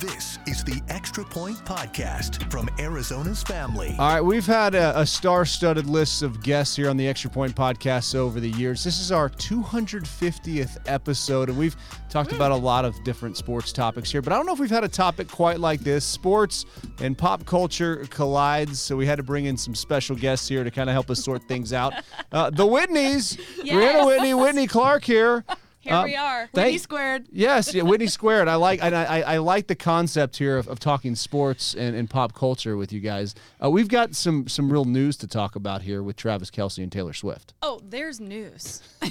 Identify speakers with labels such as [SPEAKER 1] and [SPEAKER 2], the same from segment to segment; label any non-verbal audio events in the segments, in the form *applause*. [SPEAKER 1] This is the Extra Point Podcast from Arizona's Family.
[SPEAKER 2] All right, we've had a, a star-studded list of guests here on the Extra Point podcast over the years. This is our 250th episode, and we've talked about a lot of different sports topics here. But I don't know if we've had a topic quite like this. Sports and pop culture collides, so we had to bring in some special guests here to kind of help us sort things out. Uh, the Whitneys, Brianna Whitney, Whitney Clark here.
[SPEAKER 3] Here we are.
[SPEAKER 2] Um, thank-
[SPEAKER 4] Whitney squared.
[SPEAKER 2] Yes, yeah, Whitney squared. I like and I, I, I like the concept here of, of talking sports and, and pop culture with you guys. Uh, we've got some some real news to talk about here with Travis Kelsey and Taylor Swift.
[SPEAKER 3] Oh, there's news.
[SPEAKER 4] *laughs*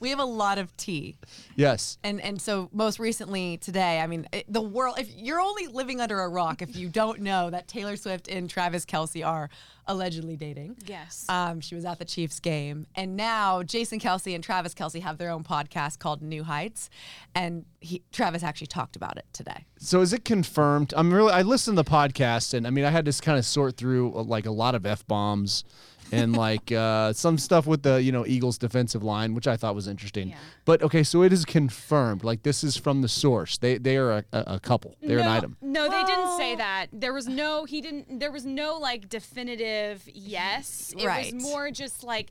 [SPEAKER 4] We have a lot of tea.
[SPEAKER 2] Yes.
[SPEAKER 4] And and so most recently today, I mean, it, the world if you're only living under a rock if you don't know that Taylor Swift and Travis Kelsey are allegedly dating.
[SPEAKER 3] Yes.
[SPEAKER 4] Um, she was at the Chiefs game, and now Jason Kelsey and Travis Kelsey have their own podcast called New Heights, and he, Travis actually talked about it today.
[SPEAKER 2] So is it confirmed? I'm really I listened to the podcast and I mean I had to kind of sort through uh, like a lot of f bombs and *laughs* like uh, some stuff with the you know Eagles defensive line, which I thought was interesting.
[SPEAKER 3] Yeah.
[SPEAKER 2] But okay, so it is confirmed. Like this is from the source. They they are a, a a couple. They're
[SPEAKER 3] no,
[SPEAKER 2] an item.
[SPEAKER 3] No, they didn't say that. There was no he didn't there was no like definitive yes. It
[SPEAKER 4] Right.
[SPEAKER 3] was more just like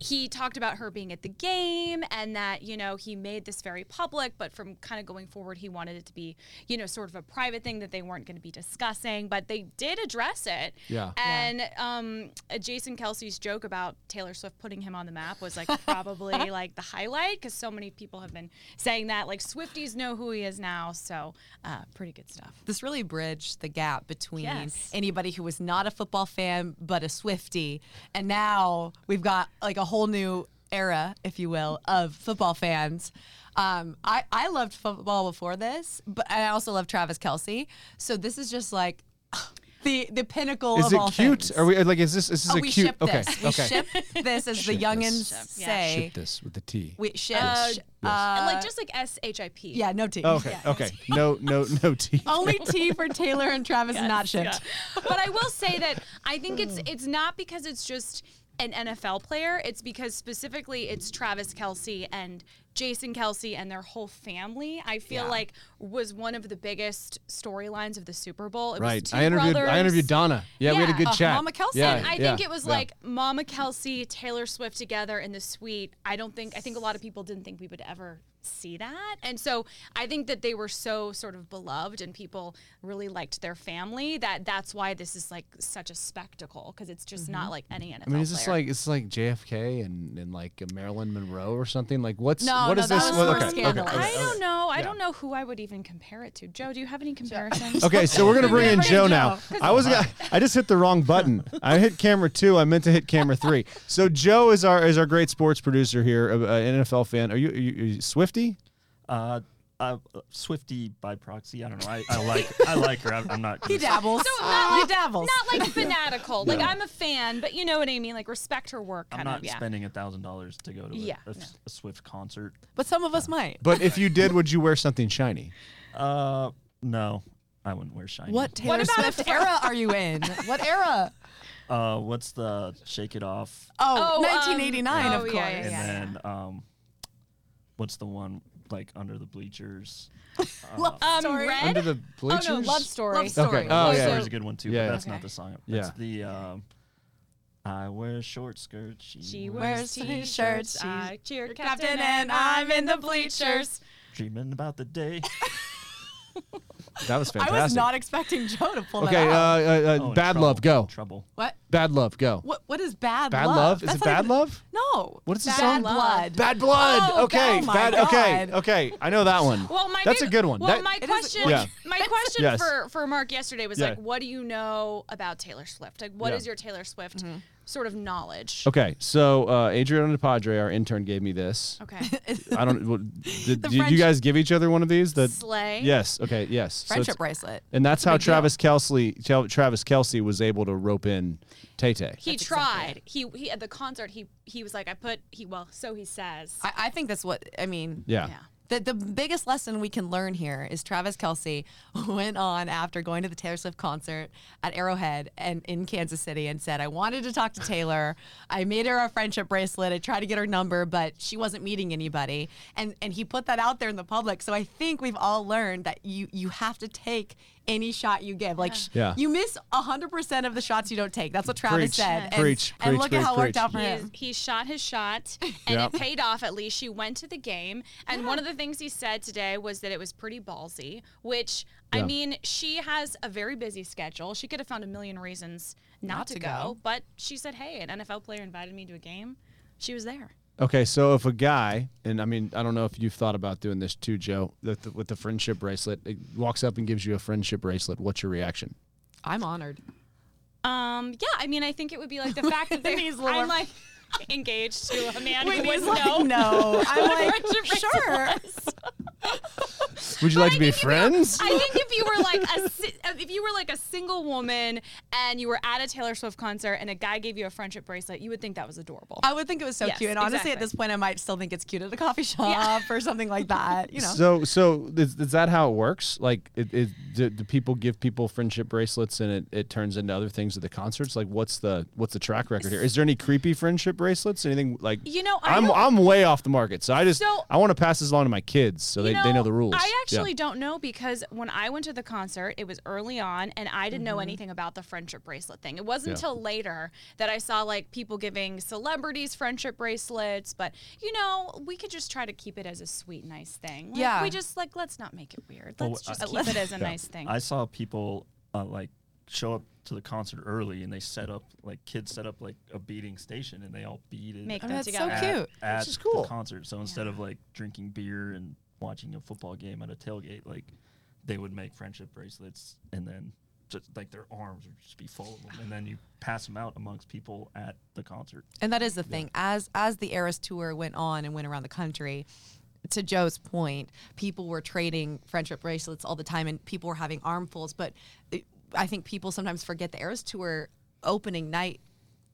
[SPEAKER 3] he talked about her being at the game and that, you know, he made this very public, but from kind of going forward he wanted it to be, you know, sort of a private thing that they weren't going to be discussing, but they did address it.
[SPEAKER 2] Yeah.
[SPEAKER 3] And um Jason Kelsey's joke about Taylor Swift putting him on the map was like probably like the highlight cuz so many people have been saying that like Swifties know who he is now, so uh pretty good stuff.
[SPEAKER 4] This really bridged the gap between
[SPEAKER 3] Yes.
[SPEAKER 4] anybody who was not a football fan but a Swifty, and now we've got like a whole new era, if you will, of football fans. Um, I I loved football before this, but and I also love Travis Kelsey. So this is just like *sighs* the the pinnacle
[SPEAKER 2] Is
[SPEAKER 4] of
[SPEAKER 2] it
[SPEAKER 4] all
[SPEAKER 2] cute?
[SPEAKER 4] things.
[SPEAKER 2] Are we like is this is this
[SPEAKER 4] Oh,
[SPEAKER 2] a
[SPEAKER 4] we
[SPEAKER 2] cute
[SPEAKER 4] ship
[SPEAKER 2] okay.
[SPEAKER 4] this. We
[SPEAKER 2] okay.
[SPEAKER 4] ship this, as the
[SPEAKER 2] Ship
[SPEAKER 4] youngins
[SPEAKER 3] this.
[SPEAKER 4] say.
[SPEAKER 2] Ship this with the T.
[SPEAKER 4] We ship.
[SPEAKER 2] Yes.
[SPEAKER 4] sh-
[SPEAKER 2] Yes.
[SPEAKER 3] And,
[SPEAKER 4] uh,
[SPEAKER 3] like just like S H I P.
[SPEAKER 4] yeah, no tea.
[SPEAKER 2] okay. Okay. No. No. No T.
[SPEAKER 4] *laughs* Only tea for Taylor and Travis, not shipped.
[SPEAKER 3] *laughs* but I will say that I think it's it's not because it's just an NFL player. It's because specifically it's Travis Kelsey and Jason Kelsey and their whole family. I feel
[SPEAKER 4] Yeah.
[SPEAKER 3] like was one of the biggest storylines of the Super Bowl.
[SPEAKER 2] *laughs*
[SPEAKER 3] It
[SPEAKER 2] Right.
[SPEAKER 3] Was two
[SPEAKER 2] I interviewed. I
[SPEAKER 3] brothers.
[SPEAKER 2] interviewed Donna. Yeah, we had a
[SPEAKER 3] Yeah.
[SPEAKER 2] good
[SPEAKER 3] Uh,
[SPEAKER 2] chat.
[SPEAKER 4] Mama Kelsey.
[SPEAKER 2] Yeah,
[SPEAKER 3] And I
[SPEAKER 2] yeah,
[SPEAKER 3] think it was
[SPEAKER 2] yeah.
[SPEAKER 3] like Mama Kelsey, Taylor Swift together in the suite. I don't think I think a lot of people didn't think we would ever see that. And so I think that they were so sort of beloved and people really liked their family that that's why this is like such a spectacle because it's just not like any NFL
[SPEAKER 2] Mm-hmm. I
[SPEAKER 4] oh,
[SPEAKER 2] mean, is this
[SPEAKER 3] player.
[SPEAKER 2] like it's like JFK and, and like Marilyn Monroe or something? Like what's
[SPEAKER 4] No,
[SPEAKER 2] what
[SPEAKER 4] no,
[SPEAKER 2] is
[SPEAKER 4] that
[SPEAKER 2] this?
[SPEAKER 4] was
[SPEAKER 2] what-
[SPEAKER 4] more
[SPEAKER 2] okay, okay,
[SPEAKER 4] scandalous.
[SPEAKER 2] okay,
[SPEAKER 3] I don't
[SPEAKER 2] okay.
[SPEAKER 3] know. I
[SPEAKER 2] Yeah.
[SPEAKER 3] don't know who I would even compare it to. Joe, do you have any comparisons?
[SPEAKER 2] *laughs* Okay, so we're gonna bring in Joe now. I was
[SPEAKER 4] *laughs*
[SPEAKER 2] gonna, I just hit the wrong button. I hit camera two. I meant to hit camera three. So Joe is our is our great sports producer here, uh, an NFL fan. Are you, are you, are you Swifty?
[SPEAKER 5] Uh, uh, Swifty by proxy. I don't know. I,
[SPEAKER 3] *laughs*
[SPEAKER 5] I like I like her. I'm, I'm not.
[SPEAKER 4] He
[SPEAKER 5] Gonna
[SPEAKER 4] dabbles. he dabbles.
[SPEAKER 3] Not like fanatical. Like I'm a fan, but you know what I mean. Like respect her work, kind
[SPEAKER 5] I'm not
[SPEAKER 3] of. Yeah.
[SPEAKER 5] spending a thousand dollars to go to a,
[SPEAKER 3] Yeah,
[SPEAKER 5] a,
[SPEAKER 3] no.
[SPEAKER 5] a Swift concert.
[SPEAKER 4] but some of us might.
[SPEAKER 2] But if you did, would you wear something shiny?
[SPEAKER 5] Uh, no, I wouldn't wear shiny.
[SPEAKER 4] What Taylor
[SPEAKER 3] about a
[SPEAKER 4] Swift
[SPEAKER 3] fr-
[SPEAKER 4] era are you in? What era?
[SPEAKER 5] Uh, what's the Shake It Off?
[SPEAKER 4] *laughs* Oh,
[SPEAKER 3] um,
[SPEAKER 4] 1989, of
[SPEAKER 3] oh,
[SPEAKER 4] course.
[SPEAKER 3] yeah, yeah,
[SPEAKER 5] And
[SPEAKER 3] yeah.
[SPEAKER 5] then um, what's the one like under the bleachers?
[SPEAKER 4] Love
[SPEAKER 3] Um,
[SPEAKER 4] story.
[SPEAKER 3] red?
[SPEAKER 2] Under the bleachers?
[SPEAKER 3] Oh no, love story.
[SPEAKER 4] Love story.
[SPEAKER 2] Okay. Oh,
[SPEAKER 5] Love
[SPEAKER 2] yeah.
[SPEAKER 5] Story's a good one too.
[SPEAKER 2] Yeah,
[SPEAKER 5] but
[SPEAKER 2] yeah.
[SPEAKER 5] that's
[SPEAKER 3] Okay.
[SPEAKER 5] not the song.
[SPEAKER 2] Yeah.
[SPEAKER 5] That's the. Um, I wear short skirts. She,
[SPEAKER 3] She wears
[SPEAKER 5] wears
[SPEAKER 4] t-shirts,
[SPEAKER 3] t-shirts.
[SPEAKER 4] she's
[SPEAKER 3] I cheer
[SPEAKER 4] Captain and I'm in the bleachers.
[SPEAKER 5] dreaming about the day.
[SPEAKER 2] That was fantastic.
[SPEAKER 4] I was not expecting Joe to pull
[SPEAKER 2] Okay,
[SPEAKER 4] that
[SPEAKER 2] uh,
[SPEAKER 4] out.
[SPEAKER 2] uh, uh,
[SPEAKER 5] Oh, in
[SPEAKER 2] bad
[SPEAKER 5] trouble,
[SPEAKER 2] love, go.
[SPEAKER 5] Trouble.
[SPEAKER 4] what?
[SPEAKER 2] Bad love, go.
[SPEAKER 4] What? What is bad,
[SPEAKER 2] Bad
[SPEAKER 4] love?
[SPEAKER 2] love? Is
[SPEAKER 4] That's
[SPEAKER 2] it
[SPEAKER 4] not
[SPEAKER 2] bad
[SPEAKER 4] even-
[SPEAKER 2] love?
[SPEAKER 4] No.
[SPEAKER 2] What is the
[SPEAKER 4] bad
[SPEAKER 2] song?
[SPEAKER 4] Blood.
[SPEAKER 2] Bad blood.
[SPEAKER 4] Oh,
[SPEAKER 2] okay,
[SPEAKER 4] oh my
[SPEAKER 2] bad. Okay,
[SPEAKER 4] God.
[SPEAKER 2] okay. I know that one.
[SPEAKER 3] Well, my
[SPEAKER 2] that's
[SPEAKER 3] big-
[SPEAKER 2] a good one.
[SPEAKER 3] Well,
[SPEAKER 2] That-
[SPEAKER 3] my
[SPEAKER 4] It is-
[SPEAKER 3] question,
[SPEAKER 2] Yeah.
[SPEAKER 3] my question
[SPEAKER 2] Yes.
[SPEAKER 3] for for Mark yesterday was
[SPEAKER 2] Yeah.
[SPEAKER 3] like, what do you know about Taylor Swift? Like, what is
[SPEAKER 2] Yeah.
[SPEAKER 3] your Taylor Swift
[SPEAKER 4] Mm-hmm.
[SPEAKER 3] sort of knowledge?
[SPEAKER 2] okay, so uh, Adriana DePadre, our intern, gave me this.
[SPEAKER 3] Okay.
[SPEAKER 4] *laughs*
[SPEAKER 2] I don't. well, Did,
[SPEAKER 4] The
[SPEAKER 2] did you
[SPEAKER 4] French-
[SPEAKER 2] guys give each other one of these? The
[SPEAKER 3] Slay.
[SPEAKER 2] yes. Okay. Yes. So it's-
[SPEAKER 4] Friendship bracelet.
[SPEAKER 2] and that's how
[SPEAKER 4] big deal.
[SPEAKER 2] Travis Kelsey, Tel- Travis Kelsey was able to rope in Tay Tay.
[SPEAKER 3] He tried. He he at the concert. He he was like, I put he well. So he says.
[SPEAKER 4] I, I think that's what I mean.
[SPEAKER 2] Yeah.
[SPEAKER 3] Yeah.
[SPEAKER 4] the, the biggest lesson we can learn here is Travis Kelsey *laughs* went on after going to the Taylor Swift concert at Arrowhead and in Kansas City and said, I wanted to talk to Taylor. I made her a friendship bracelet. I tried to get her number, but she wasn't meeting anybody. And and he put that out there in the public. So I think we've all learned that you you have to take any shot you give. Like sh-
[SPEAKER 2] Yeah.
[SPEAKER 4] you miss 100% of the shots you don't take. That's what Travis
[SPEAKER 2] Preach,
[SPEAKER 4] said. And,
[SPEAKER 2] preach,
[SPEAKER 4] and
[SPEAKER 2] preach,
[SPEAKER 4] look
[SPEAKER 2] preach,
[SPEAKER 4] at how it
[SPEAKER 2] preach.
[SPEAKER 4] worked out for
[SPEAKER 3] He,
[SPEAKER 4] him.
[SPEAKER 3] is- he shot his shot *laughs* and
[SPEAKER 2] Yep.
[SPEAKER 3] it paid off at least. She went to the game. And one of the things he said today was that it was pretty ballsy, which
[SPEAKER 2] Yeah.
[SPEAKER 3] I mean, she has a very busy schedule. She could have found a million reasons not, to,
[SPEAKER 4] to
[SPEAKER 3] go,
[SPEAKER 4] go.
[SPEAKER 3] but she said, Hey, an NFL player invited me to a game. She was there.
[SPEAKER 2] Okay, so if a guy, and I mean, I don't know if you've thought about doing this too, Joe, that the, with the friendship bracelet, it walks up and gives you a friendship bracelet. What's your reaction?
[SPEAKER 4] I'm honored.
[SPEAKER 3] Um, yeah, I mean, I think it would be like the
[SPEAKER 4] *laughs*
[SPEAKER 3] fact that they,
[SPEAKER 4] He's a little-
[SPEAKER 3] I'm like *laughs* engaged to a man who
[SPEAKER 4] Wait,
[SPEAKER 3] was
[SPEAKER 4] he's
[SPEAKER 3] like,
[SPEAKER 4] like,
[SPEAKER 3] no.
[SPEAKER 4] no. I'm
[SPEAKER 3] *laughs*
[SPEAKER 4] like,
[SPEAKER 3] Richard
[SPEAKER 4] sure.
[SPEAKER 2] Would you like to be friends?
[SPEAKER 3] *laughs* I think if you were like a si- if you were like a single woman and you were at a Taylor Swift concert and a guy gave you a friendship bracelet, you would think that was adorable.
[SPEAKER 4] I would think it was so
[SPEAKER 3] Yes,
[SPEAKER 4] cute. And honestly, at
[SPEAKER 3] exactly.
[SPEAKER 4] this point, I might still think it's cute at a
[SPEAKER 3] *laughs*
[SPEAKER 4] coffee shop or something like that. You know,
[SPEAKER 2] So, so is, is that how it works? Like, it, it, do, do people give people friendship bracelets, and it, it turns into other things at the concerts? Like, what's the what's the track record here? Is there any creepy friendship bracelets? Anything like?
[SPEAKER 3] You know, I
[SPEAKER 2] I'm
[SPEAKER 3] don't-
[SPEAKER 2] I'm way off the market. So I just
[SPEAKER 3] So-
[SPEAKER 2] I want to pass this along to my kids, so they,
[SPEAKER 3] You
[SPEAKER 2] they know the rules.
[SPEAKER 3] I
[SPEAKER 2] Yeah.
[SPEAKER 3] actually don't know because when I went to the concert, it was early on and I didn't know anything about the friendship bracelet thing. It wasn't
[SPEAKER 2] Yeah.
[SPEAKER 3] until later that I saw like people giving celebrities friendship bracelets, but you know, we could just try to keep it as a sweet, nice thing. Like,
[SPEAKER 4] Yeah.
[SPEAKER 3] We just like, let's not make it weird.
[SPEAKER 5] Oh,
[SPEAKER 3] Let's
[SPEAKER 5] I-
[SPEAKER 3] just keep it as a nice thing.
[SPEAKER 5] I saw people uh, like show up to the concert early, and they set up like kids set up like a beating station, and they all beaded.
[SPEAKER 3] Make
[SPEAKER 4] Oh,
[SPEAKER 3] them
[SPEAKER 4] that's so
[SPEAKER 3] together.
[SPEAKER 5] at,
[SPEAKER 4] cute.
[SPEAKER 5] At
[SPEAKER 2] is cool.
[SPEAKER 5] the concert. So instead of like drinking beer and watching a football game at a tailgate, like they would make friendship bracelets, and then just like their arms would just be full of them, and then you pass them out amongst people at the concert.
[SPEAKER 4] and that is the thing. As as the Eras tour went on and went around the country, to Joe's point, people were trading friendship bracelets all the time, and people were having armfuls. But it- I think people sometimes forget the Eras tour opening night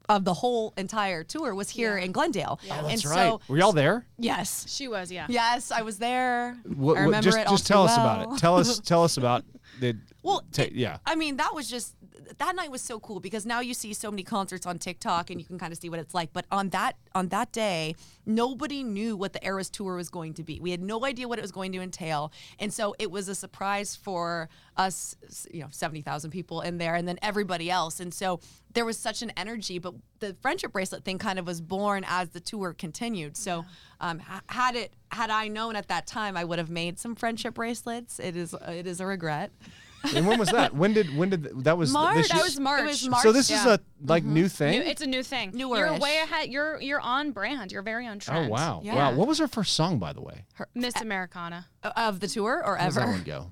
[SPEAKER 4] of the whole entire tour was here in Glendale.
[SPEAKER 3] Oh,
[SPEAKER 4] and
[SPEAKER 2] Oh, That's
[SPEAKER 4] so,
[SPEAKER 2] right. Were y'all there?
[SPEAKER 4] Yes.
[SPEAKER 3] She was, yeah.
[SPEAKER 4] Yes, I was there.
[SPEAKER 2] What,
[SPEAKER 4] I remember
[SPEAKER 2] just,
[SPEAKER 4] it all
[SPEAKER 2] just
[SPEAKER 4] too
[SPEAKER 2] tell us
[SPEAKER 4] well.
[SPEAKER 2] about it.
[SPEAKER 4] *laughs*
[SPEAKER 2] Tell us tell us about the
[SPEAKER 4] Well,
[SPEAKER 2] ta-
[SPEAKER 4] it-
[SPEAKER 2] yeah.
[SPEAKER 4] I mean, that was just that night was so cool because now you see so many concerts on TikTok and you can kind of see what it's like. But on that on that day, nobody knew what the Eras tour was going to be. We had no idea what it was going to entail, and so it was a surprise for us. s- You know, seventy thousand people in there, and then everybody else, and so there was such an energy. But the friendship bracelet thing kind of was born as the tour continued. So, um, h- had it had I known at that time, I would have made some friendship bracelets. It is it is a regret.
[SPEAKER 2] And when was that? When did when did th- that was
[SPEAKER 4] March.
[SPEAKER 2] this
[SPEAKER 3] that
[SPEAKER 2] year-
[SPEAKER 3] was March.
[SPEAKER 4] It was March.
[SPEAKER 2] So this is
[SPEAKER 4] yeah. Mm-hmm.
[SPEAKER 2] a like new thing.
[SPEAKER 3] New- it's a new thing. You're
[SPEAKER 4] Newer-ish.
[SPEAKER 3] way ahead. You're you're on brand. You're very on
[SPEAKER 2] oh
[SPEAKER 3] trend.
[SPEAKER 2] wow,
[SPEAKER 4] Yeah.
[SPEAKER 2] wow. What was her first song by the way? How
[SPEAKER 3] Miss Americana.
[SPEAKER 4] of the tour or
[SPEAKER 2] does that
[SPEAKER 4] ever.
[SPEAKER 2] one go?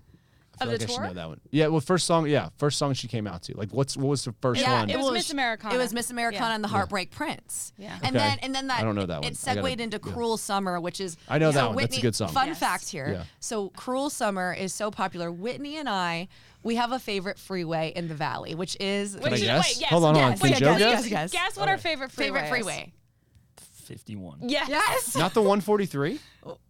[SPEAKER 2] I
[SPEAKER 3] Of
[SPEAKER 2] feel
[SPEAKER 3] the
[SPEAKER 2] like I should know
[SPEAKER 3] tour?
[SPEAKER 2] that one. Yeah, well, first song. Yeah, first song she came out to. Like, what's what was the first
[SPEAKER 3] *laughs* Yeah,
[SPEAKER 2] one?
[SPEAKER 3] it was Miss Americana.
[SPEAKER 4] It was Miss Americana
[SPEAKER 3] Yeah.
[SPEAKER 4] and the Heartbreak Prince.
[SPEAKER 3] Yeah.
[SPEAKER 4] And
[SPEAKER 2] Okay.
[SPEAKER 4] then and then that
[SPEAKER 2] I don't know that one.
[SPEAKER 4] It
[SPEAKER 2] I
[SPEAKER 4] segued
[SPEAKER 2] gotta-
[SPEAKER 4] into
[SPEAKER 2] yeah.
[SPEAKER 4] Cruel Summer, which is
[SPEAKER 2] I know
[SPEAKER 4] so
[SPEAKER 2] that one. That's a
[SPEAKER 4] Whitney-
[SPEAKER 2] good song.
[SPEAKER 4] Fun
[SPEAKER 3] Yes.
[SPEAKER 4] fact here.
[SPEAKER 2] Yeah.
[SPEAKER 4] So Cruel Summer is so popular. Whitney and I, we have a favorite freeway in the valley, which is
[SPEAKER 3] Which
[SPEAKER 2] I
[SPEAKER 3] is,
[SPEAKER 2] guess?
[SPEAKER 3] Wait, yes,
[SPEAKER 2] Hold on, hold on.
[SPEAKER 3] yes,
[SPEAKER 2] Can
[SPEAKER 3] wait,
[SPEAKER 2] Joe
[SPEAKER 3] wait,
[SPEAKER 2] guess?
[SPEAKER 3] wait,
[SPEAKER 4] Guess, guess.
[SPEAKER 3] Guess what our favorite freeway
[SPEAKER 4] favorite
[SPEAKER 3] is.
[SPEAKER 4] freeway.
[SPEAKER 5] Fifty-one.
[SPEAKER 3] Yes.
[SPEAKER 4] Yes.
[SPEAKER 2] Not the
[SPEAKER 4] *laughs*
[SPEAKER 2] 143.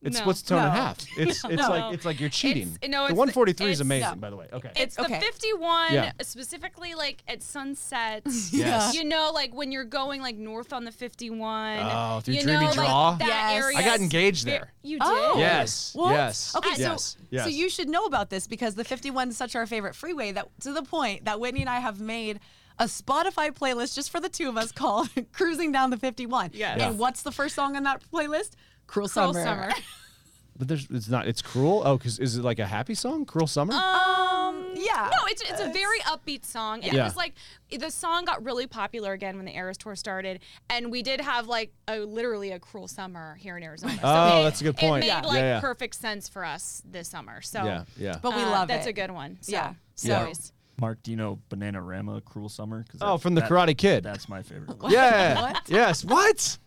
[SPEAKER 2] It's
[SPEAKER 3] No.
[SPEAKER 2] what's tone and
[SPEAKER 4] No.
[SPEAKER 2] half. It's it's like it's like you're cheating.
[SPEAKER 3] no,
[SPEAKER 2] the
[SPEAKER 3] it's-
[SPEAKER 2] 143 is
[SPEAKER 3] it's-
[SPEAKER 2] amazing,
[SPEAKER 4] no.
[SPEAKER 2] by the way. Okay.
[SPEAKER 3] It's the
[SPEAKER 4] Okay.
[SPEAKER 3] 51,
[SPEAKER 2] Yeah.
[SPEAKER 3] specifically like
[SPEAKER 2] *laughs*
[SPEAKER 3] at sunset.
[SPEAKER 2] Yes.
[SPEAKER 3] You know, like when you're going like north on the 51.
[SPEAKER 2] Oh, through
[SPEAKER 3] you
[SPEAKER 2] Dreamy
[SPEAKER 3] know,
[SPEAKER 2] Draw?
[SPEAKER 3] Like, that
[SPEAKER 4] Yes.
[SPEAKER 3] area
[SPEAKER 2] I got
[SPEAKER 3] is
[SPEAKER 2] engaged
[SPEAKER 3] ve-
[SPEAKER 2] there.
[SPEAKER 3] You did?
[SPEAKER 4] Oh.
[SPEAKER 2] Yes.
[SPEAKER 4] What?
[SPEAKER 2] Yes.
[SPEAKER 4] Okay, so
[SPEAKER 2] yes. yes.
[SPEAKER 4] so you should know about this because the 51 is such our favorite freeway that to the point that Whitney and I have made a Spotify playlist just for the two of us *laughs* called Cruising Down the 51.
[SPEAKER 3] Yes.
[SPEAKER 2] Yeah.
[SPEAKER 4] And what's the first song on that playlist? Cruel,
[SPEAKER 3] Cruel
[SPEAKER 4] Summer.
[SPEAKER 3] summer.
[SPEAKER 2] But there's it's not it's cruel. Oh, cause is it like a happy song? Cruel summer.
[SPEAKER 4] Um, *laughs* yeah.
[SPEAKER 3] No, it's, it's a very upbeat song. It
[SPEAKER 2] Yeah.
[SPEAKER 3] was like the song got really popular again when the Eras tour started, and we did have like a literally a cruel summer here in Arizona. So
[SPEAKER 2] Oh,
[SPEAKER 3] it-
[SPEAKER 2] that's a good
[SPEAKER 3] It
[SPEAKER 2] point.
[SPEAKER 3] made
[SPEAKER 2] Yeah.
[SPEAKER 3] like
[SPEAKER 2] Yeah, yeah.
[SPEAKER 3] perfect sense for us this summer. So
[SPEAKER 2] yeah, yeah.
[SPEAKER 4] But we
[SPEAKER 3] uh,
[SPEAKER 4] love
[SPEAKER 3] that's
[SPEAKER 4] it.
[SPEAKER 3] a good one. So,
[SPEAKER 4] Yeah.
[SPEAKER 3] so
[SPEAKER 2] Yeah.
[SPEAKER 3] anyways.
[SPEAKER 5] Mark, do you know Bananarama, Cruel Summer? 'Cause
[SPEAKER 2] oh,
[SPEAKER 5] that-
[SPEAKER 2] from the
[SPEAKER 3] *laughs*
[SPEAKER 5] that- *laughs*
[SPEAKER 2] Karate Kid.
[SPEAKER 5] That's my favorite. one.
[SPEAKER 2] Yeah. Yes. What?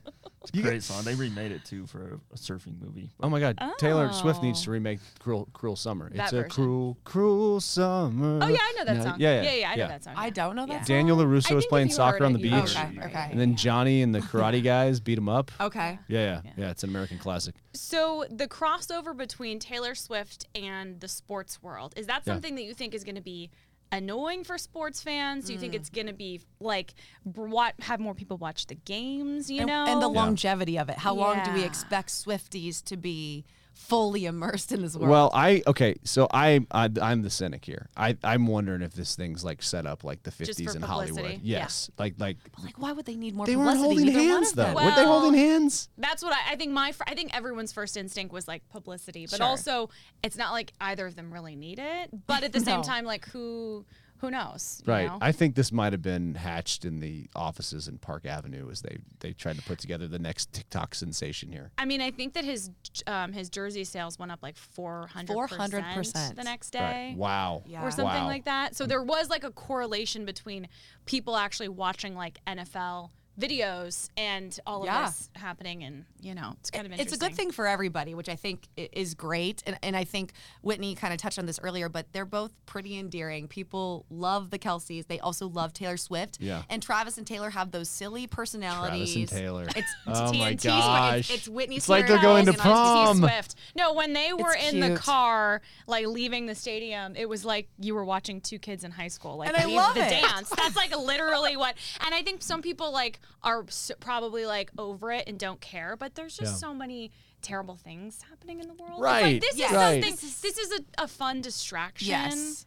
[SPEAKER 2] You get-
[SPEAKER 5] Great song. They remade it too for a surfing movie.
[SPEAKER 2] Oh my God! Taylor Swift needs
[SPEAKER 3] Oh.
[SPEAKER 2] to remake "Cruel, cruel Summer."
[SPEAKER 3] That
[SPEAKER 2] it's a
[SPEAKER 3] version.
[SPEAKER 2] cruel, cruel summer.
[SPEAKER 3] Oh yeah, I know that
[SPEAKER 2] No,
[SPEAKER 3] song.
[SPEAKER 2] Yeah, yeah,
[SPEAKER 3] yeah, I know that song.
[SPEAKER 4] I
[SPEAKER 3] yeah.
[SPEAKER 4] don't know that
[SPEAKER 3] Yeah.
[SPEAKER 4] song.
[SPEAKER 2] Daniel
[SPEAKER 3] I
[SPEAKER 2] Larusso
[SPEAKER 3] think
[SPEAKER 2] was
[SPEAKER 3] if
[SPEAKER 2] playing
[SPEAKER 3] you
[SPEAKER 2] soccer
[SPEAKER 3] heard
[SPEAKER 2] on the
[SPEAKER 3] it, you
[SPEAKER 2] beach,
[SPEAKER 3] heard
[SPEAKER 4] Okay,
[SPEAKER 3] it.
[SPEAKER 4] okay.
[SPEAKER 2] and then Johnny
[SPEAKER 3] *laughs*
[SPEAKER 2] and the Karate guys beat him
[SPEAKER 3] Oh.
[SPEAKER 2] up.
[SPEAKER 4] Okay.
[SPEAKER 2] Yeah, yeah, yeah. It's an American classic.
[SPEAKER 3] So the crossover between Taylor Swift and the sports world is that
[SPEAKER 2] Yeah.
[SPEAKER 3] something that you think is going to be annoying for sports fans? Do you think
[SPEAKER 4] Mm.
[SPEAKER 3] it's going to be like br- what have more people watch the games? You
[SPEAKER 4] and,
[SPEAKER 3] know,
[SPEAKER 4] and the longevity of it. How long do we
[SPEAKER 3] Yeah.
[SPEAKER 4] expect Swifties to be fully immersed in this world?
[SPEAKER 2] Well, I okay, so I, I I'm the cynic here. I I'm wondering if this thing's like set up like the
[SPEAKER 3] for
[SPEAKER 2] 50s in
[SPEAKER 3] publicity.
[SPEAKER 2] Hollywood.
[SPEAKER 3] Yeah.
[SPEAKER 2] Yes, like like
[SPEAKER 4] like, why would they need more
[SPEAKER 2] they weren't
[SPEAKER 4] publicity?
[SPEAKER 2] holding
[SPEAKER 4] Neither one
[SPEAKER 2] hands
[SPEAKER 4] of
[SPEAKER 2] though.
[SPEAKER 4] them.
[SPEAKER 3] Well-
[SPEAKER 2] weren't they holding hands?
[SPEAKER 3] That's what I, I think. My fir- I think everyone's first instinct was like publicity, but
[SPEAKER 4] Sure.
[SPEAKER 3] also it's not like either of them really
[SPEAKER 4] *laughs*
[SPEAKER 3] need it. But at the same
[SPEAKER 4] No.
[SPEAKER 3] time, like who who knows? you
[SPEAKER 2] Right.
[SPEAKER 3] know?
[SPEAKER 2] I think this might have been hatched in the offices in Park Avenue as they they tried to put together the next TikTok sensation here.
[SPEAKER 3] I mean, I think that his um, his jersey sales went up like four hundred
[SPEAKER 4] 400%.
[SPEAKER 3] percent the next
[SPEAKER 2] Right.
[SPEAKER 3] day,
[SPEAKER 2] Wow.
[SPEAKER 4] Yeah.
[SPEAKER 3] or something
[SPEAKER 2] Wow.
[SPEAKER 3] like that. So there was like a correlation between people actually watching like NFL videos and all of
[SPEAKER 4] Yeah.
[SPEAKER 3] this happening, and you know, it's kind of
[SPEAKER 4] it's
[SPEAKER 3] interesting.
[SPEAKER 4] a good thing for everybody, which I think i- is great. And, and I think Whitney kind of touched on this earlier, but they're both pretty endearing. People love the Kelseys. They also love Taylor Swift.
[SPEAKER 2] Yeah.
[SPEAKER 4] And Travis and Taylor have those silly personalities.
[SPEAKER 2] Travis and Taylor.
[SPEAKER 4] It's
[SPEAKER 2] oh my
[SPEAKER 3] TNT 's where
[SPEAKER 2] gosh.
[SPEAKER 4] it's, it's Whitney.
[SPEAKER 2] It's like they're
[SPEAKER 4] Spears
[SPEAKER 2] going to
[SPEAKER 4] and Taylor Swift.
[SPEAKER 2] prom.
[SPEAKER 3] Swift. No, when they were
[SPEAKER 4] It's
[SPEAKER 3] in the
[SPEAKER 4] cute.
[SPEAKER 3] car, like leaving the stadium, it was like you were watching two kids in high school, like
[SPEAKER 4] And I
[SPEAKER 3] leave
[SPEAKER 4] love
[SPEAKER 3] the
[SPEAKER 4] it.
[SPEAKER 3] dance.
[SPEAKER 4] *laughs*
[SPEAKER 3] That's like literally what. And I think some people like are s- probably like over it and don't care, but there's just
[SPEAKER 2] Yeah.
[SPEAKER 3] so many terrible things happening in the world. It's
[SPEAKER 2] Right,
[SPEAKER 3] Like, this
[SPEAKER 4] yes.
[SPEAKER 3] is
[SPEAKER 2] right.
[SPEAKER 3] something. This is a, a fun distraction.
[SPEAKER 4] Yes.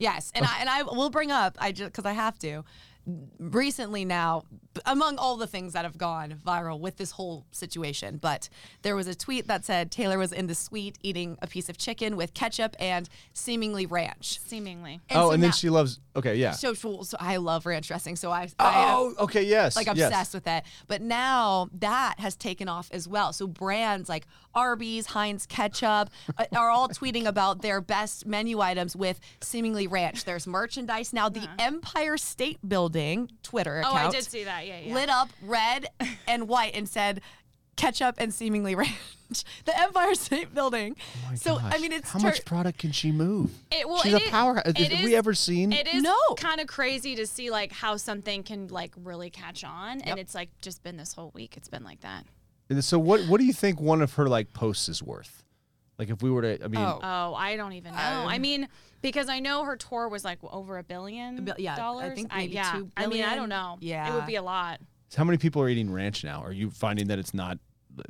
[SPEAKER 4] Yes, and I and I will bring up I just because I have to. Recently, now b- among all the things that have gone viral with this whole situation, but there was a tweet that said Taylor was in the suite eating a piece of chicken with ketchup and seemingly ranch.
[SPEAKER 3] Seemingly.
[SPEAKER 2] oh,
[SPEAKER 4] so
[SPEAKER 2] and then
[SPEAKER 4] now-
[SPEAKER 2] she loves Okay, yeah.
[SPEAKER 4] so, so, so I love ranch dressing, so I I am,
[SPEAKER 2] oh, okay, yes.
[SPEAKER 4] like
[SPEAKER 2] yes.
[SPEAKER 4] obsessed with it. But now that has taken off as well. So brands like Arby's, Heinz Ketchup uh,
[SPEAKER 2] *laughs*
[SPEAKER 4] are all tweeting about their best menu items with seemingly ranch. There's merchandise now. The
[SPEAKER 2] Uh-huh.
[SPEAKER 4] Empire State Building Twitter
[SPEAKER 3] Oh,
[SPEAKER 4] account
[SPEAKER 3] I did see that. Yeah, yeah.
[SPEAKER 4] lit up red and white and said ketchup and seemingly *laughs* ranch. The Empire State Building.
[SPEAKER 2] Oh my
[SPEAKER 4] so I
[SPEAKER 2] gosh.
[SPEAKER 4] mean, it's
[SPEAKER 2] How
[SPEAKER 4] tur-
[SPEAKER 2] much product can she move?
[SPEAKER 3] It- well,
[SPEAKER 2] She's
[SPEAKER 3] it
[SPEAKER 2] a
[SPEAKER 3] is-
[SPEAKER 2] powerhouse.
[SPEAKER 3] it
[SPEAKER 2] Have
[SPEAKER 3] is-
[SPEAKER 2] we ever seen?
[SPEAKER 3] It is
[SPEAKER 4] No.
[SPEAKER 3] kind of crazy to see like how something can like really catch on, and it's like just been this whole week. It's been like that.
[SPEAKER 2] And So what what do you think one of her like posts is worth? Like if we were to, I mean,
[SPEAKER 4] Oh.
[SPEAKER 3] Oh, I don't even know. I mean, because I know her tour was like over a billion
[SPEAKER 4] bil- yeah, I
[SPEAKER 3] dollars.
[SPEAKER 4] think maybe
[SPEAKER 3] yeah.
[SPEAKER 4] two
[SPEAKER 3] I mean, I
[SPEAKER 4] billion.
[SPEAKER 3] don't know. it
[SPEAKER 4] Yeah.
[SPEAKER 3] would be a lot.
[SPEAKER 2] how many people are eating ranch now? Are you finding that it's not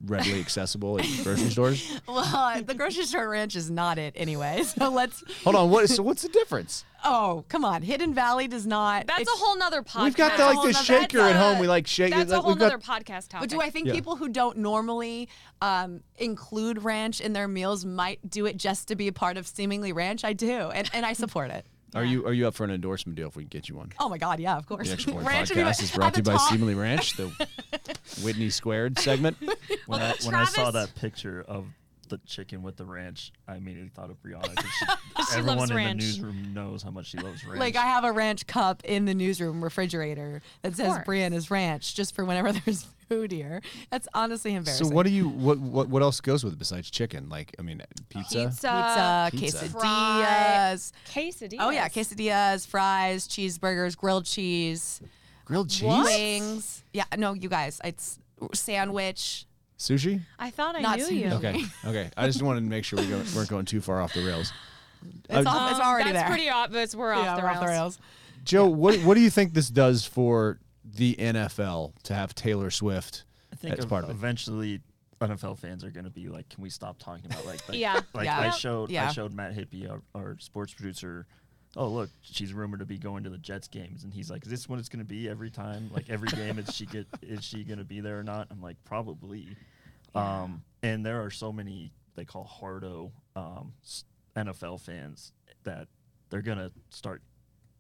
[SPEAKER 2] readily accessible at grocery stores?
[SPEAKER 4] *laughs* well, the grocery store ranch is not it anyway. So let's.
[SPEAKER 2] Hold on, what? So what's the difference?
[SPEAKER 4] Oh, come on. Hidden Valley does not.
[SPEAKER 3] That's
[SPEAKER 4] it's-
[SPEAKER 3] a whole nother podcast.
[SPEAKER 2] We've got the, like
[SPEAKER 4] whole
[SPEAKER 2] the
[SPEAKER 4] nother-
[SPEAKER 2] shaker
[SPEAKER 4] that's
[SPEAKER 2] at home.
[SPEAKER 4] a-
[SPEAKER 2] We like shake.
[SPEAKER 3] That's
[SPEAKER 2] like,
[SPEAKER 3] a whole
[SPEAKER 2] we've got-
[SPEAKER 3] nother podcast topic.
[SPEAKER 4] But do I think
[SPEAKER 2] Yeah.
[SPEAKER 4] people who don't normally um, include ranch in their meals might do it just to be a part of seemingly ranch? I do, and, and I support it.
[SPEAKER 2] Are you are you up for an endorsement deal if we can get you one?
[SPEAKER 4] Oh my God, yeah, of course.
[SPEAKER 2] The
[SPEAKER 4] *laughs*
[SPEAKER 2] Extra Point
[SPEAKER 4] Ranch would be my-
[SPEAKER 2] podcast is
[SPEAKER 4] at
[SPEAKER 2] brought to you
[SPEAKER 4] the
[SPEAKER 2] by
[SPEAKER 4] top-
[SPEAKER 2] Seemingly Ranch, the Whitney Squared segment.
[SPEAKER 5] When, I, when I saw
[SPEAKER 3] Travis-
[SPEAKER 5] that picture of the chicken with the ranch, I immediately thought of Brianna. 'cause She,
[SPEAKER 3] *laughs* She
[SPEAKER 5] everyone
[SPEAKER 3] loves
[SPEAKER 5] in
[SPEAKER 3] ranch.
[SPEAKER 5] the newsroom knows how much she loves ranch.
[SPEAKER 4] Like I have a ranch cup in the newsroom refrigerator that says
[SPEAKER 3] course.
[SPEAKER 4] Brianna's Ranch, just for whenever *laughs* there's food here. That's honestly
[SPEAKER 2] So
[SPEAKER 4] embarrassing.
[SPEAKER 2] what do you what what what else goes with it besides chicken? Like I mean, pizza.
[SPEAKER 4] Pizza,
[SPEAKER 2] Pizza.
[SPEAKER 4] quesadillas.
[SPEAKER 3] Quesadillas.
[SPEAKER 4] Oh yeah, quesadillas, fries, cheeseburgers, grilled cheese,
[SPEAKER 2] grilled cheese,
[SPEAKER 4] wings. Yeah, no, you guys, it's sandwich.
[SPEAKER 2] sushi.
[SPEAKER 3] I thought I
[SPEAKER 4] Not
[SPEAKER 3] knew
[SPEAKER 4] so
[SPEAKER 3] you.
[SPEAKER 4] much.
[SPEAKER 2] Okay, okay. I just wanted to make sure we go, weren't going too far off the rails.
[SPEAKER 4] It's,
[SPEAKER 5] Oh,
[SPEAKER 2] Uh,
[SPEAKER 4] off, it's
[SPEAKER 3] Um,
[SPEAKER 4] already
[SPEAKER 3] that's
[SPEAKER 4] there.
[SPEAKER 3] pretty obvious. We're off, the
[SPEAKER 4] we're
[SPEAKER 3] rails.
[SPEAKER 2] Joe, what what do you think this does for the NFL to have Taylor Swift
[SPEAKER 5] I think
[SPEAKER 2] as
[SPEAKER 5] ev-
[SPEAKER 2] part of it?
[SPEAKER 5] eventually NFL fans are going to be like, can we stop talking about like, like
[SPEAKER 3] Yeah.
[SPEAKER 5] like
[SPEAKER 4] Yeah.
[SPEAKER 5] I
[SPEAKER 4] Yeah.
[SPEAKER 5] showed
[SPEAKER 4] Yeah.
[SPEAKER 5] I showed Matt Hippie, our, our sports producer. Oh look, she's rumored to be going to the Jets games, and he's like, "Is this what it's going to be every time? Like every game, is
[SPEAKER 4] *laughs*
[SPEAKER 5] she get is she going to be there or not?" I'm like, "Probably." Um, and there are so many they call hardo um, s- NFL fans that they're gonna start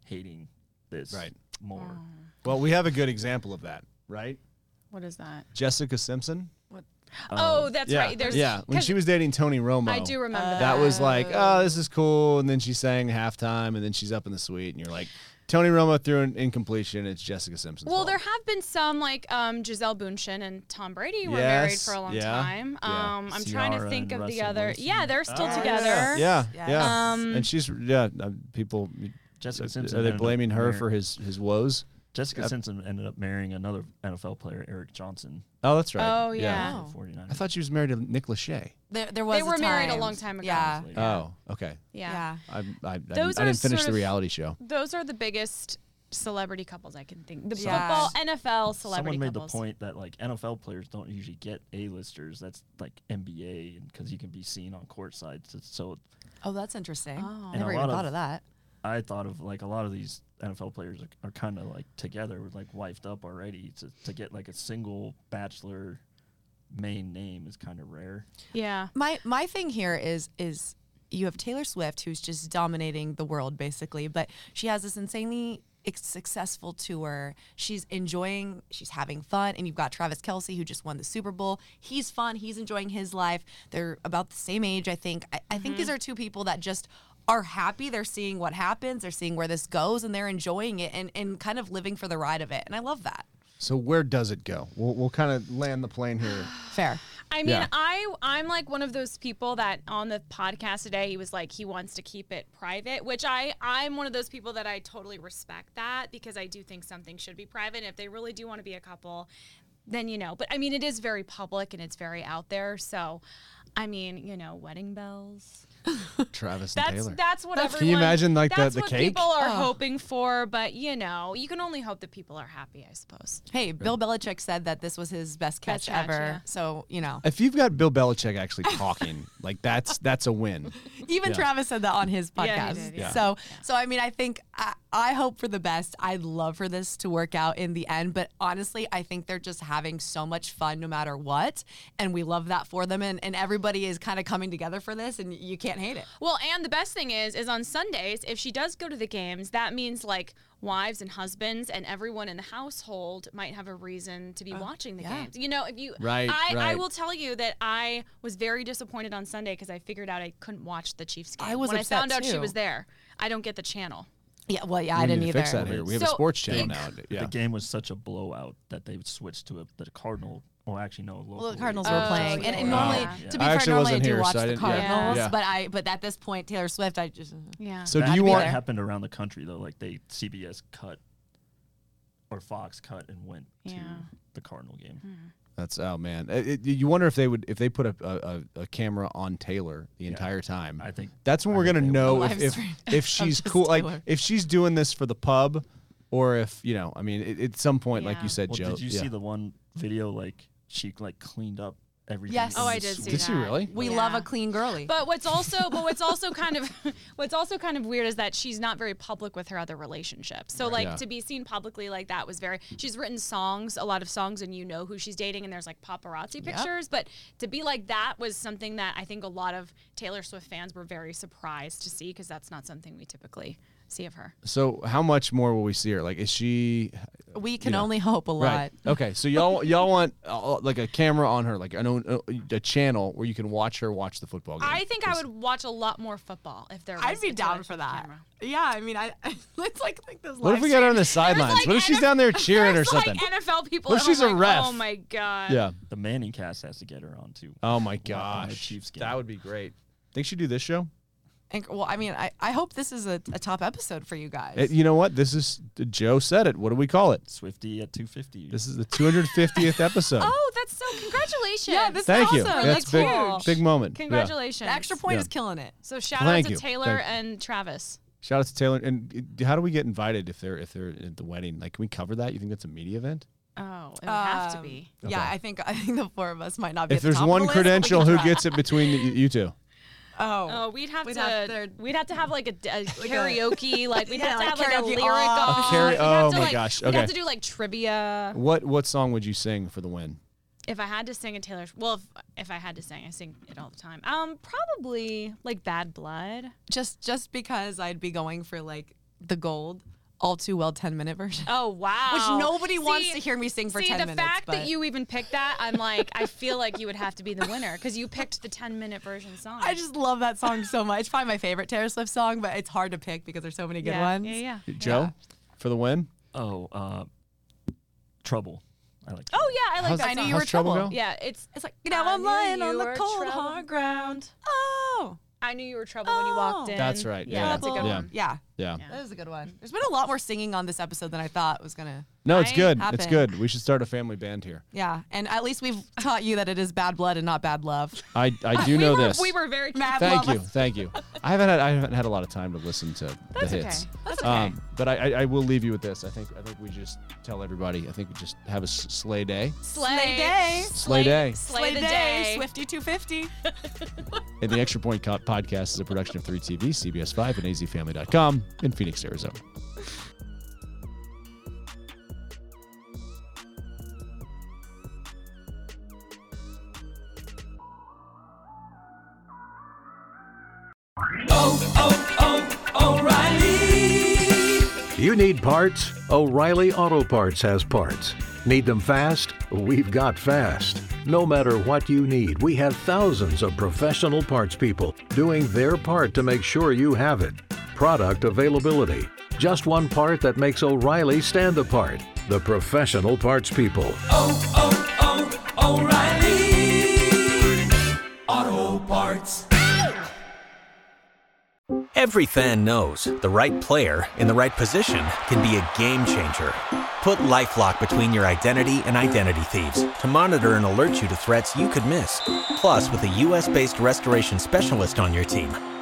[SPEAKER 5] hating this
[SPEAKER 2] Right.
[SPEAKER 5] more.
[SPEAKER 4] Mm.
[SPEAKER 2] Well, we have a good example of that, right?
[SPEAKER 3] What is that?
[SPEAKER 2] Jessica Simpson.
[SPEAKER 3] oh, that's
[SPEAKER 2] yeah,
[SPEAKER 3] right. There's
[SPEAKER 2] yeah. When
[SPEAKER 3] 'cause
[SPEAKER 2] she was dating Tony Romo,
[SPEAKER 3] I do remember
[SPEAKER 2] That was like, oh, this is cool, and then she sang halftime, and then she's up in the suite, and you're like, Tony Romo threw an incompletion. It's Jessica Simpson.
[SPEAKER 3] Well, there have been some like um, Giselle Bundchen and Tom Brady were married
[SPEAKER 2] Yes,
[SPEAKER 3] for a long
[SPEAKER 2] yeah,
[SPEAKER 3] time.
[SPEAKER 2] yeah.
[SPEAKER 3] Um, I'm trying to
[SPEAKER 5] Ciara
[SPEAKER 3] think
[SPEAKER 5] and
[SPEAKER 3] of the
[SPEAKER 5] Russell
[SPEAKER 3] other.
[SPEAKER 5] Wilson.
[SPEAKER 3] Yeah, they're still
[SPEAKER 5] Oh,
[SPEAKER 3] together.
[SPEAKER 2] Yeah,
[SPEAKER 4] Yes.
[SPEAKER 2] yeah.
[SPEAKER 3] Um,
[SPEAKER 2] and she's yeah. uh, People uh,
[SPEAKER 5] Jessica Simpson.
[SPEAKER 2] are they
[SPEAKER 5] ended up
[SPEAKER 2] blaming her
[SPEAKER 5] marrying-
[SPEAKER 2] for his his woes?
[SPEAKER 5] Jessica Simpson ended up marrying another NFL player, Eric Johnson,
[SPEAKER 2] Oh, that's right.
[SPEAKER 3] Oh yeah.
[SPEAKER 5] the 49ers.
[SPEAKER 2] I thought she was married to Nick Lachey.
[SPEAKER 4] There, there was. a
[SPEAKER 3] were married a
[SPEAKER 4] time.
[SPEAKER 3] long time ago.
[SPEAKER 4] Yeah.
[SPEAKER 5] Like,
[SPEAKER 2] Oh, okay.
[SPEAKER 3] yeah,
[SPEAKER 4] Yeah.
[SPEAKER 2] I I, I, didn't-
[SPEAKER 3] Those
[SPEAKER 2] I
[SPEAKER 3] are
[SPEAKER 2] didn't finish
[SPEAKER 3] sort
[SPEAKER 2] the
[SPEAKER 3] of-
[SPEAKER 2] reality show.
[SPEAKER 3] Those are the biggest celebrity couples I can think. The
[SPEAKER 4] Yeah.
[SPEAKER 3] football, NFL celebrity
[SPEAKER 5] Someone made
[SPEAKER 3] couples.
[SPEAKER 5] the point that like NFL players don't usually get A-listers. That's like NBA because you can be seen on courtside. So, so
[SPEAKER 4] Oh, that's interesting.
[SPEAKER 3] Oh.
[SPEAKER 5] And
[SPEAKER 4] Never
[SPEAKER 5] a
[SPEAKER 4] even
[SPEAKER 5] lot
[SPEAKER 4] thought
[SPEAKER 5] of-
[SPEAKER 4] of that.
[SPEAKER 5] I thought of like a lot of these NFL players are, are kind of like together, with like wifed up already. To to get like a single bachelor main name is kind of rare.
[SPEAKER 3] Yeah.
[SPEAKER 4] My my thing here is is you have Taylor Swift who's just dominating the world basically, but she has this insanely ex- successful tour. She's enjoying, she's having fun, and you've got Travis Kelsey who just won the Super Bowl. He's fun, he's enjoying his life. They're about the same age, I think. I, I think these
[SPEAKER 3] Mm-hmm.
[SPEAKER 4] are two people that just are happy. They're seeing what happens, they're seeing where this goes, and they're enjoying it and, and kind of living for the ride of it. And I love that.
[SPEAKER 2] So where does it go? We'll we'll kind of land the plane
[SPEAKER 3] *sighs*
[SPEAKER 2] here.
[SPEAKER 4] Fair.
[SPEAKER 3] I mean,
[SPEAKER 2] Yeah.
[SPEAKER 3] I I'm like one of those people that on the podcast today he was like he wants to keep it private, which I I'm one of those people that I totally respect that because I do think something should be private. And if they really do want to be a couple, then you know. But I mean, it is very public and it's very out there. So, I mean, you know, wedding bells.
[SPEAKER 2] Travis and
[SPEAKER 3] That's
[SPEAKER 2] Taylor.
[SPEAKER 3] that's what everyone.
[SPEAKER 2] Can you imagine, like, the-
[SPEAKER 3] that's
[SPEAKER 2] the
[SPEAKER 3] what
[SPEAKER 2] cake?
[SPEAKER 3] people are hoping for, but you know, you can only hope that people are happy, I suppose.
[SPEAKER 4] Hey, Bill Belichick said that this was his best catch,
[SPEAKER 3] Best catch,
[SPEAKER 4] ever.
[SPEAKER 3] yeah.
[SPEAKER 4] So, you know.
[SPEAKER 2] if you've got Bill Belichick actually
[SPEAKER 3] *laughs*
[SPEAKER 2] talking, like that's that's a win.
[SPEAKER 4] Even
[SPEAKER 2] Yeah.
[SPEAKER 4] Travis said that on his podcast.
[SPEAKER 3] Yeah, he did, yeah.
[SPEAKER 4] So, so I mean, I think I, I hope for the best. I'd love for this to work out in the end, but honestly, I think they're just having so much fun no matter what, and we love that for them. And and everybody is kind of coming together for this, and you can't hate it.
[SPEAKER 3] Well, and the best thing is, is on Sundays, if she does go to the games, that means like wives and husbands and everyone in the household might have a reason to be watching the
[SPEAKER 4] Oh, yeah.
[SPEAKER 3] games. You know, if you,
[SPEAKER 2] Right,
[SPEAKER 3] I, I
[SPEAKER 2] right.
[SPEAKER 3] will tell you that I was very disappointed on Sunday because I figured out I couldn't watch the Chiefs game.
[SPEAKER 4] I was
[SPEAKER 3] when
[SPEAKER 4] upset
[SPEAKER 3] I found out she
[SPEAKER 4] too.
[SPEAKER 3] was there. I don't get the channel.
[SPEAKER 4] Yeah. Well, yeah,
[SPEAKER 2] we
[SPEAKER 4] I didn't
[SPEAKER 2] need to
[SPEAKER 4] either.
[SPEAKER 2] fix that here. We have a
[SPEAKER 3] So-
[SPEAKER 2] sports channel now.
[SPEAKER 3] *laughs*
[SPEAKER 2] Yeah.
[SPEAKER 5] The game was such a blowout that they switched to a, the Cardinal. Well, actually, no.
[SPEAKER 4] Well,
[SPEAKER 5] local
[SPEAKER 4] the Cardinals
[SPEAKER 5] league.
[SPEAKER 4] were playing,
[SPEAKER 3] yeah.
[SPEAKER 4] and, and
[SPEAKER 3] Oh,
[SPEAKER 4] normally,
[SPEAKER 3] yeah.
[SPEAKER 4] to be
[SPEAKER 2] I
[SPEAKER 4] fair,
[SPEAKER 2] actually
[SPEAKER 4] normally I
[SPEAKER 2] wasn't
[SPEAKER 4] do
[SPEAKER 2] here, so
[SPEAKER 4] watch
[SPEAKER 2] I
[SPEAKER 4] the
[SPEAKER 2] didn't- yeah.
[SPEAKER 4] Cardinals,
[SPEAKER 2] Yeah.
[SPEAKER 4] but I but at this point, Taylor Swift, I just
[SPEAKER 3] Yeah.
[SPEAKER 2] So do
[SPEAKER 5] That
[SPEAKER 2] you want?
[SPEAKER 5] that happened around the country though? Like they CBS cut or Fox cut and went to
[SPEAKER 3] Yeah. Hmm.
[SPEAKER 5] the Cardinal game.
[SPEAKER 2] That's oh man. It- it- you wonder if they would if they put a, a, a- a camera on Taylor the entire time.
[SPEAKER 5] I think
[SPEAKER 2] That's when
[SPEAKER 5] I
[SPEAKER 2] we're
[SPEAKER 5] think
[SPEAKER 2] gonna
[SPEAKER 5] they
[SPEAKER 2] know
[SPEAKER 4] would.
[SPEAKER 2] if if,
[SPEAKER 4] Live
[SPEAKER 2] if she's
[SPEAKER 4] just
[SPEAKER 2] cool. Like
[SPEAKER 4] Taylor.
[SPEAKER 2] if she's doing this for the pub, or if you know. I mean, it, at some point, like
[SPEAKER 3] Yeah.
[SPEAKER 2] you said,
[SPEAKER 5] Well,
[SPEAKER 2] Joe.
[SPEAKER 5] did you
[SPEAKER 2] yeah.
[SPEAKER 5] see the one video like she like cleaned up everything?
[SPEAKER 4] Yes.
[SPEAKER 5] in
[SPEAKER 4] Oh,
[SPEAKER 5] the
[SPEAKER 3] I did
[SPEAKER 5] suite?
[SPEAKER 3] see
[SPEAKER 2] Did she
[SPEAKER 3] that.
[SPEAKER 2] really?
[SPEAKER 4] we
[SPEAKER 3] Yeah.
[SPEAKER 4] love a clean girly.
[SPEAKER 3] But what's also but what's also kind of *laughs* what's also kind of weird is that she's not very public with her other relationships. So like
[SPEAKER 2] Yeah.
[SPEAKER 3] to be seen publicly like that was very she's written songs, a lot of songs and you know who she's dating and there's like paparazzi pictures, but to be like that was something that I think a lot of Taylor Swift fans were very surprised to see because that's not something we typically see of her.
[SPEAKER 2] So how much more will we see her? Like, is she
[SPEAKER 4] we can only hope a lot.
[SPEAKER 2] right? Okay, so y'all y'all want uh, like a camera on her, like an, uh, a channel where you can watch her watch the football game.
[SPEAKER 3] I think I would watch a lot more football if there was
[SPEAKER 4] I'd be
[SPEAKER 3] a
[SPEAKER 4] down
[SPEAKER 3] Taylor
[SPEAKER 4] for
[SPEAKER 3] Swift
[SPEAKER 4] that.
[SPEAKER 3] camera.
[SPEAKER 4] Yeah, I mean, I, *laughs* I it's like like those.
[SPEAKER 2] What if
[SPEAKER 4] live
[SPEAKER 2] we got her on the
[SPEAKER 4] streams.
[SPEAKER 2] sidelines?
[SPEAKER 3] There's,
[SPEAKER 2] what if
[SPEAKER 3] like,
[SPEAKER 2] she's
[SPEAKER 3] NFL
[SPEAKER 2] down
[SPEAKER 3] *laughs*
[SPEAKER 2] there cheering or
[SPEAKER 3] there's,
[SPEAKER 2] something?
[SPEAKER 3] Like NFL people.
[SPEAKER 2] What
[SPEAKER 3] and
[SPEAKER 2] if she's
[SPEAKER 3] I'm
[SPEAKER 2] a
[SPEAKER 3] like,
[SPEAKER 2] ref?
[SPEAKER 3] Oh my god.
[SPEAKER 2] yeah.
[SPEAKER 5] The Manning cast has to get her on too.
[SPEAKER 2] Oh my
[SPEAKER 5] on the
[SPEAKER 2] gosh,
[SPEAKER 5] Chiefs game.
[SPEAKER 2] that would be great. Think she'd do this show?
[SPEAKER 4] And- well, I mean, I, I hope this is a, a top episode for you guys.
[SPEAKER 2] It- you know what? This is Joe said it. What do we call it?
[SPEAKER 5] Swifty at 250.
[SPEAKER 2] This is the 250th episode.
[SPEAKER 3] Oh, that's so congratulations.
[SPEAKER 4] yeah, this
[SPEAKER 2] Thank
[SPEAKER 4] is
[SPEAKER 2] you.
[SPEAKER 4] awesome.
[SPEAKER 2] That's
[SPEAKER 4] That's,
[SPEAKER 2] big,
[SPEAKER 4] cool.
[SPEAKER 2] big moment. Yeah.
[SPEAKER 3] Congratulations.
[SPEAKER 4] The extra point
[SPEAKER 2] Yeah.
[SPEAKER 4] is killing it.
[SPEAKER 3] So shout
[SPEAKER 2] Thank
[SPEAKER 3] out to
[SPEAKER 2] you.
[SPEAKER 3] Taylor
[SPEAKER 2] Thank
[SPEAKER 3] and Travis.
[SPEAKER 2] Shout out to Taylor. And uh, how do we get invited if they're if they're at the wedding? Like, can we cover that? You think that's a media event?
[SPEAKER 3] Oh, it would have to
[SPEAKER 4] Um,
[SPEAKER 3] be.
[SPEAKER 4] Yeah, I think I think the four of us might not be.
[SPEAKER 2] If
[SPEAKER 4] at the
[SPEAKER 2] there's
[SPEAKER 4] top of the
[SPEAKER 2] one
[SPEAKER 4] list, but we
[SPEAKER 2] credential,
[SPEAKER 4] can
[SPEAKER 2] who
[SPEAKER 4] try.
[SPEAKER 2] gets it between the, you two?
[SPEAKER 4] Oh,
[SPEAKER 3] Oh, we'd have
[SPEAKER 4] We'd
[SPEAKER 3] to
[SPEAKER 4] have to-
[SPEAKER 3] we'd have to have like a, a
[SPEAKER 4] *laughs*
[SPEAKER 3] karaoke like we'd
[SPEAKER 4] Yeah,
[SPEAKER 3] have to
[SPEAKER 4] like
[SPEAKER 3] have like
[SPEAKER 4] karaoke
[SPEAKER 3] a
[SPEAKER 4] Oh.
[SPEAKER 3] lyric
[SPEAKER 4] off.
[SPEAKER 3] off.
[SPEAKER 2] Kara-
[SPEAKER 3] We'd have
[SPEAKER 2] oh
[SPEAKER 3] to,
[SPEAKER 2] my
[SPEAKER 3] like-
[SPEAKER 2] gosh,
[SPEAKER 3] We'd have
[SPEAKER 2] okay.
[SPEAKER 3] to do like trivia.
[SPEAKER 2] What what song would you sing for the win?
[SPEAKER 3] If I had to sing a Taylor, well, if, if I had to sing, I sing it all the time. Um, probably like Bad Blood.
[SPEAKER 4] just just because I'd be going for like the gold all too well 10 minute version.
[SPEAKER 3] Oh wow!
[SPEAKER 4] Which nobody wants to hear me sing for
[SPEAKER 3] see,
[SPEAKER 4] 10
[SPEAKER 3] the
[SPEAKER 4] minutes,
[SPEAKER 3] fact that
[SPEAKER 4] but-
[SPEAKER 3] you even picked that, I'm like, I feel like you would have to be the winner because you picked the 10 minute version song.
[SPEAKER 4] *laughs* I just love that song so much. It's probably my favorite Taylor Swift song, but it's hard to pick because there's so many good
[SPEAKER 3] yeah,
[SPEAKER 4] ones.
[SPEAKER 3] Yeah, yeah.
[SPEAKER 2] Joe, for the win.
[SPEAKER 5] Oh, uh, trouble. I like.
[SPEAKER 3] Oh yeah, I like
[SPEAKER 2] How's-
[SPEAKER 3] that
[SPEAKER 4] I knew
[SPEAKER 3] song.
[SPEAKER 4] you were
[SPEAKER 2] How's trouble
[SPEAKER 4] trouble.
[SPEAKER 2] go?
[SPEAKER 3] yeah, it's
[SPEAKER 4] It's like, now I'm
[SPEAKER 3] knew
[SPEAKER 4] lying on
[SPEAKER 3] you
[SPEAKER 4] the
[SPEAKER 3] were
[SPEAKER 4] cold
[SPEAKER 3] trouble.
[SPEAKER 4] hard ground. Oh.
[SPEAKER 3] I knew you were trouble when you walked
[SPEAKER 4] Oh.
[SPEAKER 3] in.
[SPEAKER 2] That's right,
[SPEAKER 3] Yeah,
[SPEAKER 2] yeah.
[SPEAKER 3] that's a good
[SPEAKER 4] Trouble.
[SPEAKER 2] Yeah.
[SPEAKER 3] one.
[SPEAKER 4] Yeah.
[SPEAKER 2] Yeah.
[SPEAKER 4] That was a good one. There's been a lot more singing on this episode than I thought was going to.
[SPEAKER 2] No, it's
[SPEAKER 3] I
[SPEAKER 2] good. It's
[SPEAKER 4] happen.
[SPEAKER 2] good. We should start a family band here.
[SPEAKER 4] Yeah. And at least
[SPEAKER 3] *laughs*
[SPEAKER 4] we've taught you that it is bad blood and not bad love.
[SPEAKER 2] I,
[SPEAKER 4] *laughs*
[SPEAKER 2] I do know
[SPEAKER 3] we were,
[SPEAKER 2] this.
[SPEAKER 3] We were very.
[SPEAKER 4] Mad
[SPEAKER 2] Thank
[SPEAKER 4] love.
[SPEAKER 2] you, thank you. I haven't had I haven't had a lot of time to listen to
[SPEAKER 3] That's
[SPEAKER 2] the
[SPEAKER 3] okay.
[SPEAKER 2] hits.
[SPEAKER 4] That's okay.
[SPEAKER 2] Um, but I, I, I will leave you with this. I think I think we just tell everybody. I think we just have a s- sleigh day.
[SPEAKER 3] Slay,
[SPEAKER 4] Slay day.
[SPEAKER 2] Slay day.
[SPEAKER 3] Slay, the
[SPEAKER 4] day,
[SPEAKER 3] day.
[SPEAKER 4] Swifty 250.
[SPEAKER 2] And the Extra Point Co- podcast is a production of 3TV, CBS5, and azfamily.com in Phoenix, Arizona.
[SPEAKER 6] You need parts? O'Reilly Auto Parts has parts. Need them fast? We've got fast. No matter what you need, we have thousands of professional parts people doing their part to make sure you have it. Product availability. Just one part that makes O'Reilly stand apart. The professional parts people.
[SPEAKER 7] Every fan knows the right player in the right position can be a game changer. Put LifeLock between your identity and identity thieves to monitor and alert you to threats you could miss. Plus, with a U.S.-based restoration specialist on your team,